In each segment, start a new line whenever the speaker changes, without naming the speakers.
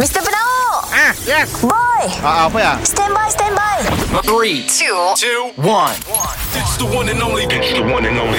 Mr. Penau
Ah, yes.
Boy
Ah, apa ya?
Stand by, stand by
Three,
Two
two, one.
It's the one and only. It's the one and only.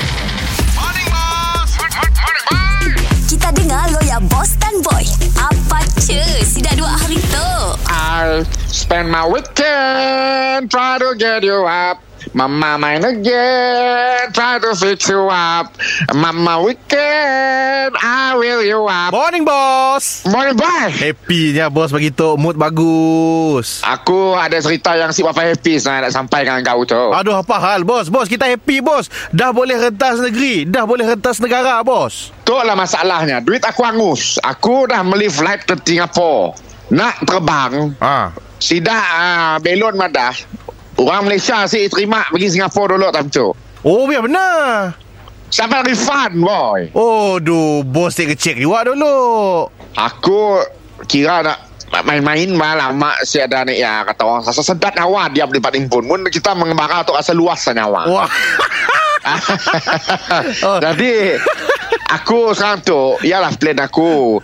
Kita dengar lo ya Boss dan Boy Apa cuy Si dah dua hari tu Ah.
I'll spend my weekend try to get you up. Mama mine again, try to fix you up. Mama weekend, I will you up.
Morning, boss.
Morning bye.
Happynya bos begitu mood bagus.
Aku ada cerita yang si Papa Happy sebenarnya nak sampaikan kau tu.
Aduh apa hal bos Bos kita happy bos Dah boleh rentas negeri Dah boleh rentas negara bos
Itulah masalahnya. Duit aku hangus. Aku dah beli flight ke Singapura. Nak terbang,
Ah,
sida uh, belon madah. Orang Malaysia si terima pergi Singapura dulu tak betul.
Oh biar benar
Sampai refund boy.
Oh du Bos saya kecek juga dulu
Aku kira nak nak main-main malam mak si ada ni ya kata orang rasa sedat nyawa dia boleh dapat impun pun kita mengembara tu rasa luas nyawa.
Wah Oh.
Jadi aku sekarang tu ialah plan aku.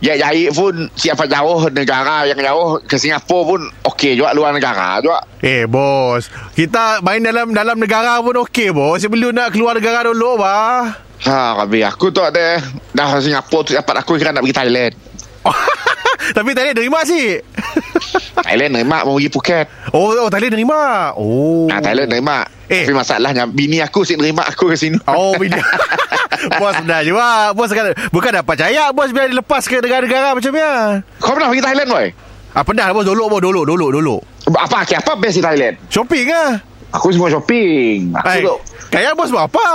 Ya jahit pun siapa jauh negara yang jauh ke Singapura pun okey juga luar negara juga.
Eh bos Kita main dalam dalam negara pun okey bos Sebelum nak keluar negara dulu bah
Ha Rabi aku tu ada dah Singapura tu dapat aku kira nak pergi Thailand.
Tapi tadi terima sih
Thailand nerima mau pergi Phuket.
Oh, oh tadi terima Oh
Nah Thailand nerima.
Eh.
Eh. Tapi masalahnya bini aku sih nerima aku ke sini.
Oh bila Bos dah juga Bos kata Bukan dah percaya Bos biar dilepas ke negara-negara macam ni ah.
Kau pernah pergi Thailand boy?
Ah pernah bos dolok bos dolok dolok dolok
Apa okay, apa best di Thailand?
Shopping ah.
Aku semua shopping. Aku
Ai.
tu,
Kaya bos buat apa?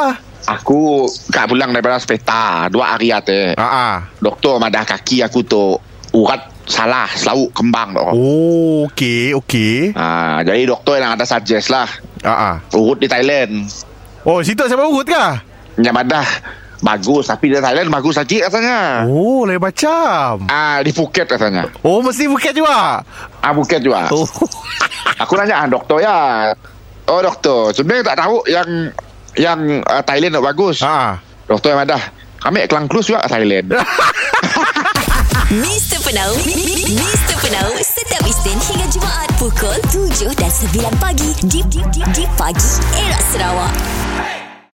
aku kat pulang daripada sepeta dua hari ate.
Ha ah.
Doktor madah kaki aku tu urat salah selalu kembang tu. Oh.
Oh, okey, okey.
Ha, jadi doktor yang ada suggest lah
Ha ah.
urut di Thailand.
Oh, situ siapa urut kah?
Yang madah bagus tapi di Thailand bagus lagi katanya.
Oh, lain macam.
Ah di Phuket katanya.
Oh, mesti bukan juga.
Ah Phuket juga.
Oh.
Aku nanya ah doktor ya. Oh doktor, sebenarnya tak tahu yang yang uh, Thailand nak bagus.
Ha
Ha?
ah.
Doktor yang madah. Kami Kelang Kelus juga Thailand.
Mr. Penau Mr. Penau Setiap Isnin hingga Jumaat Pukul 7 dan 9 pagi Di, di, di, di pagi Era Sarawak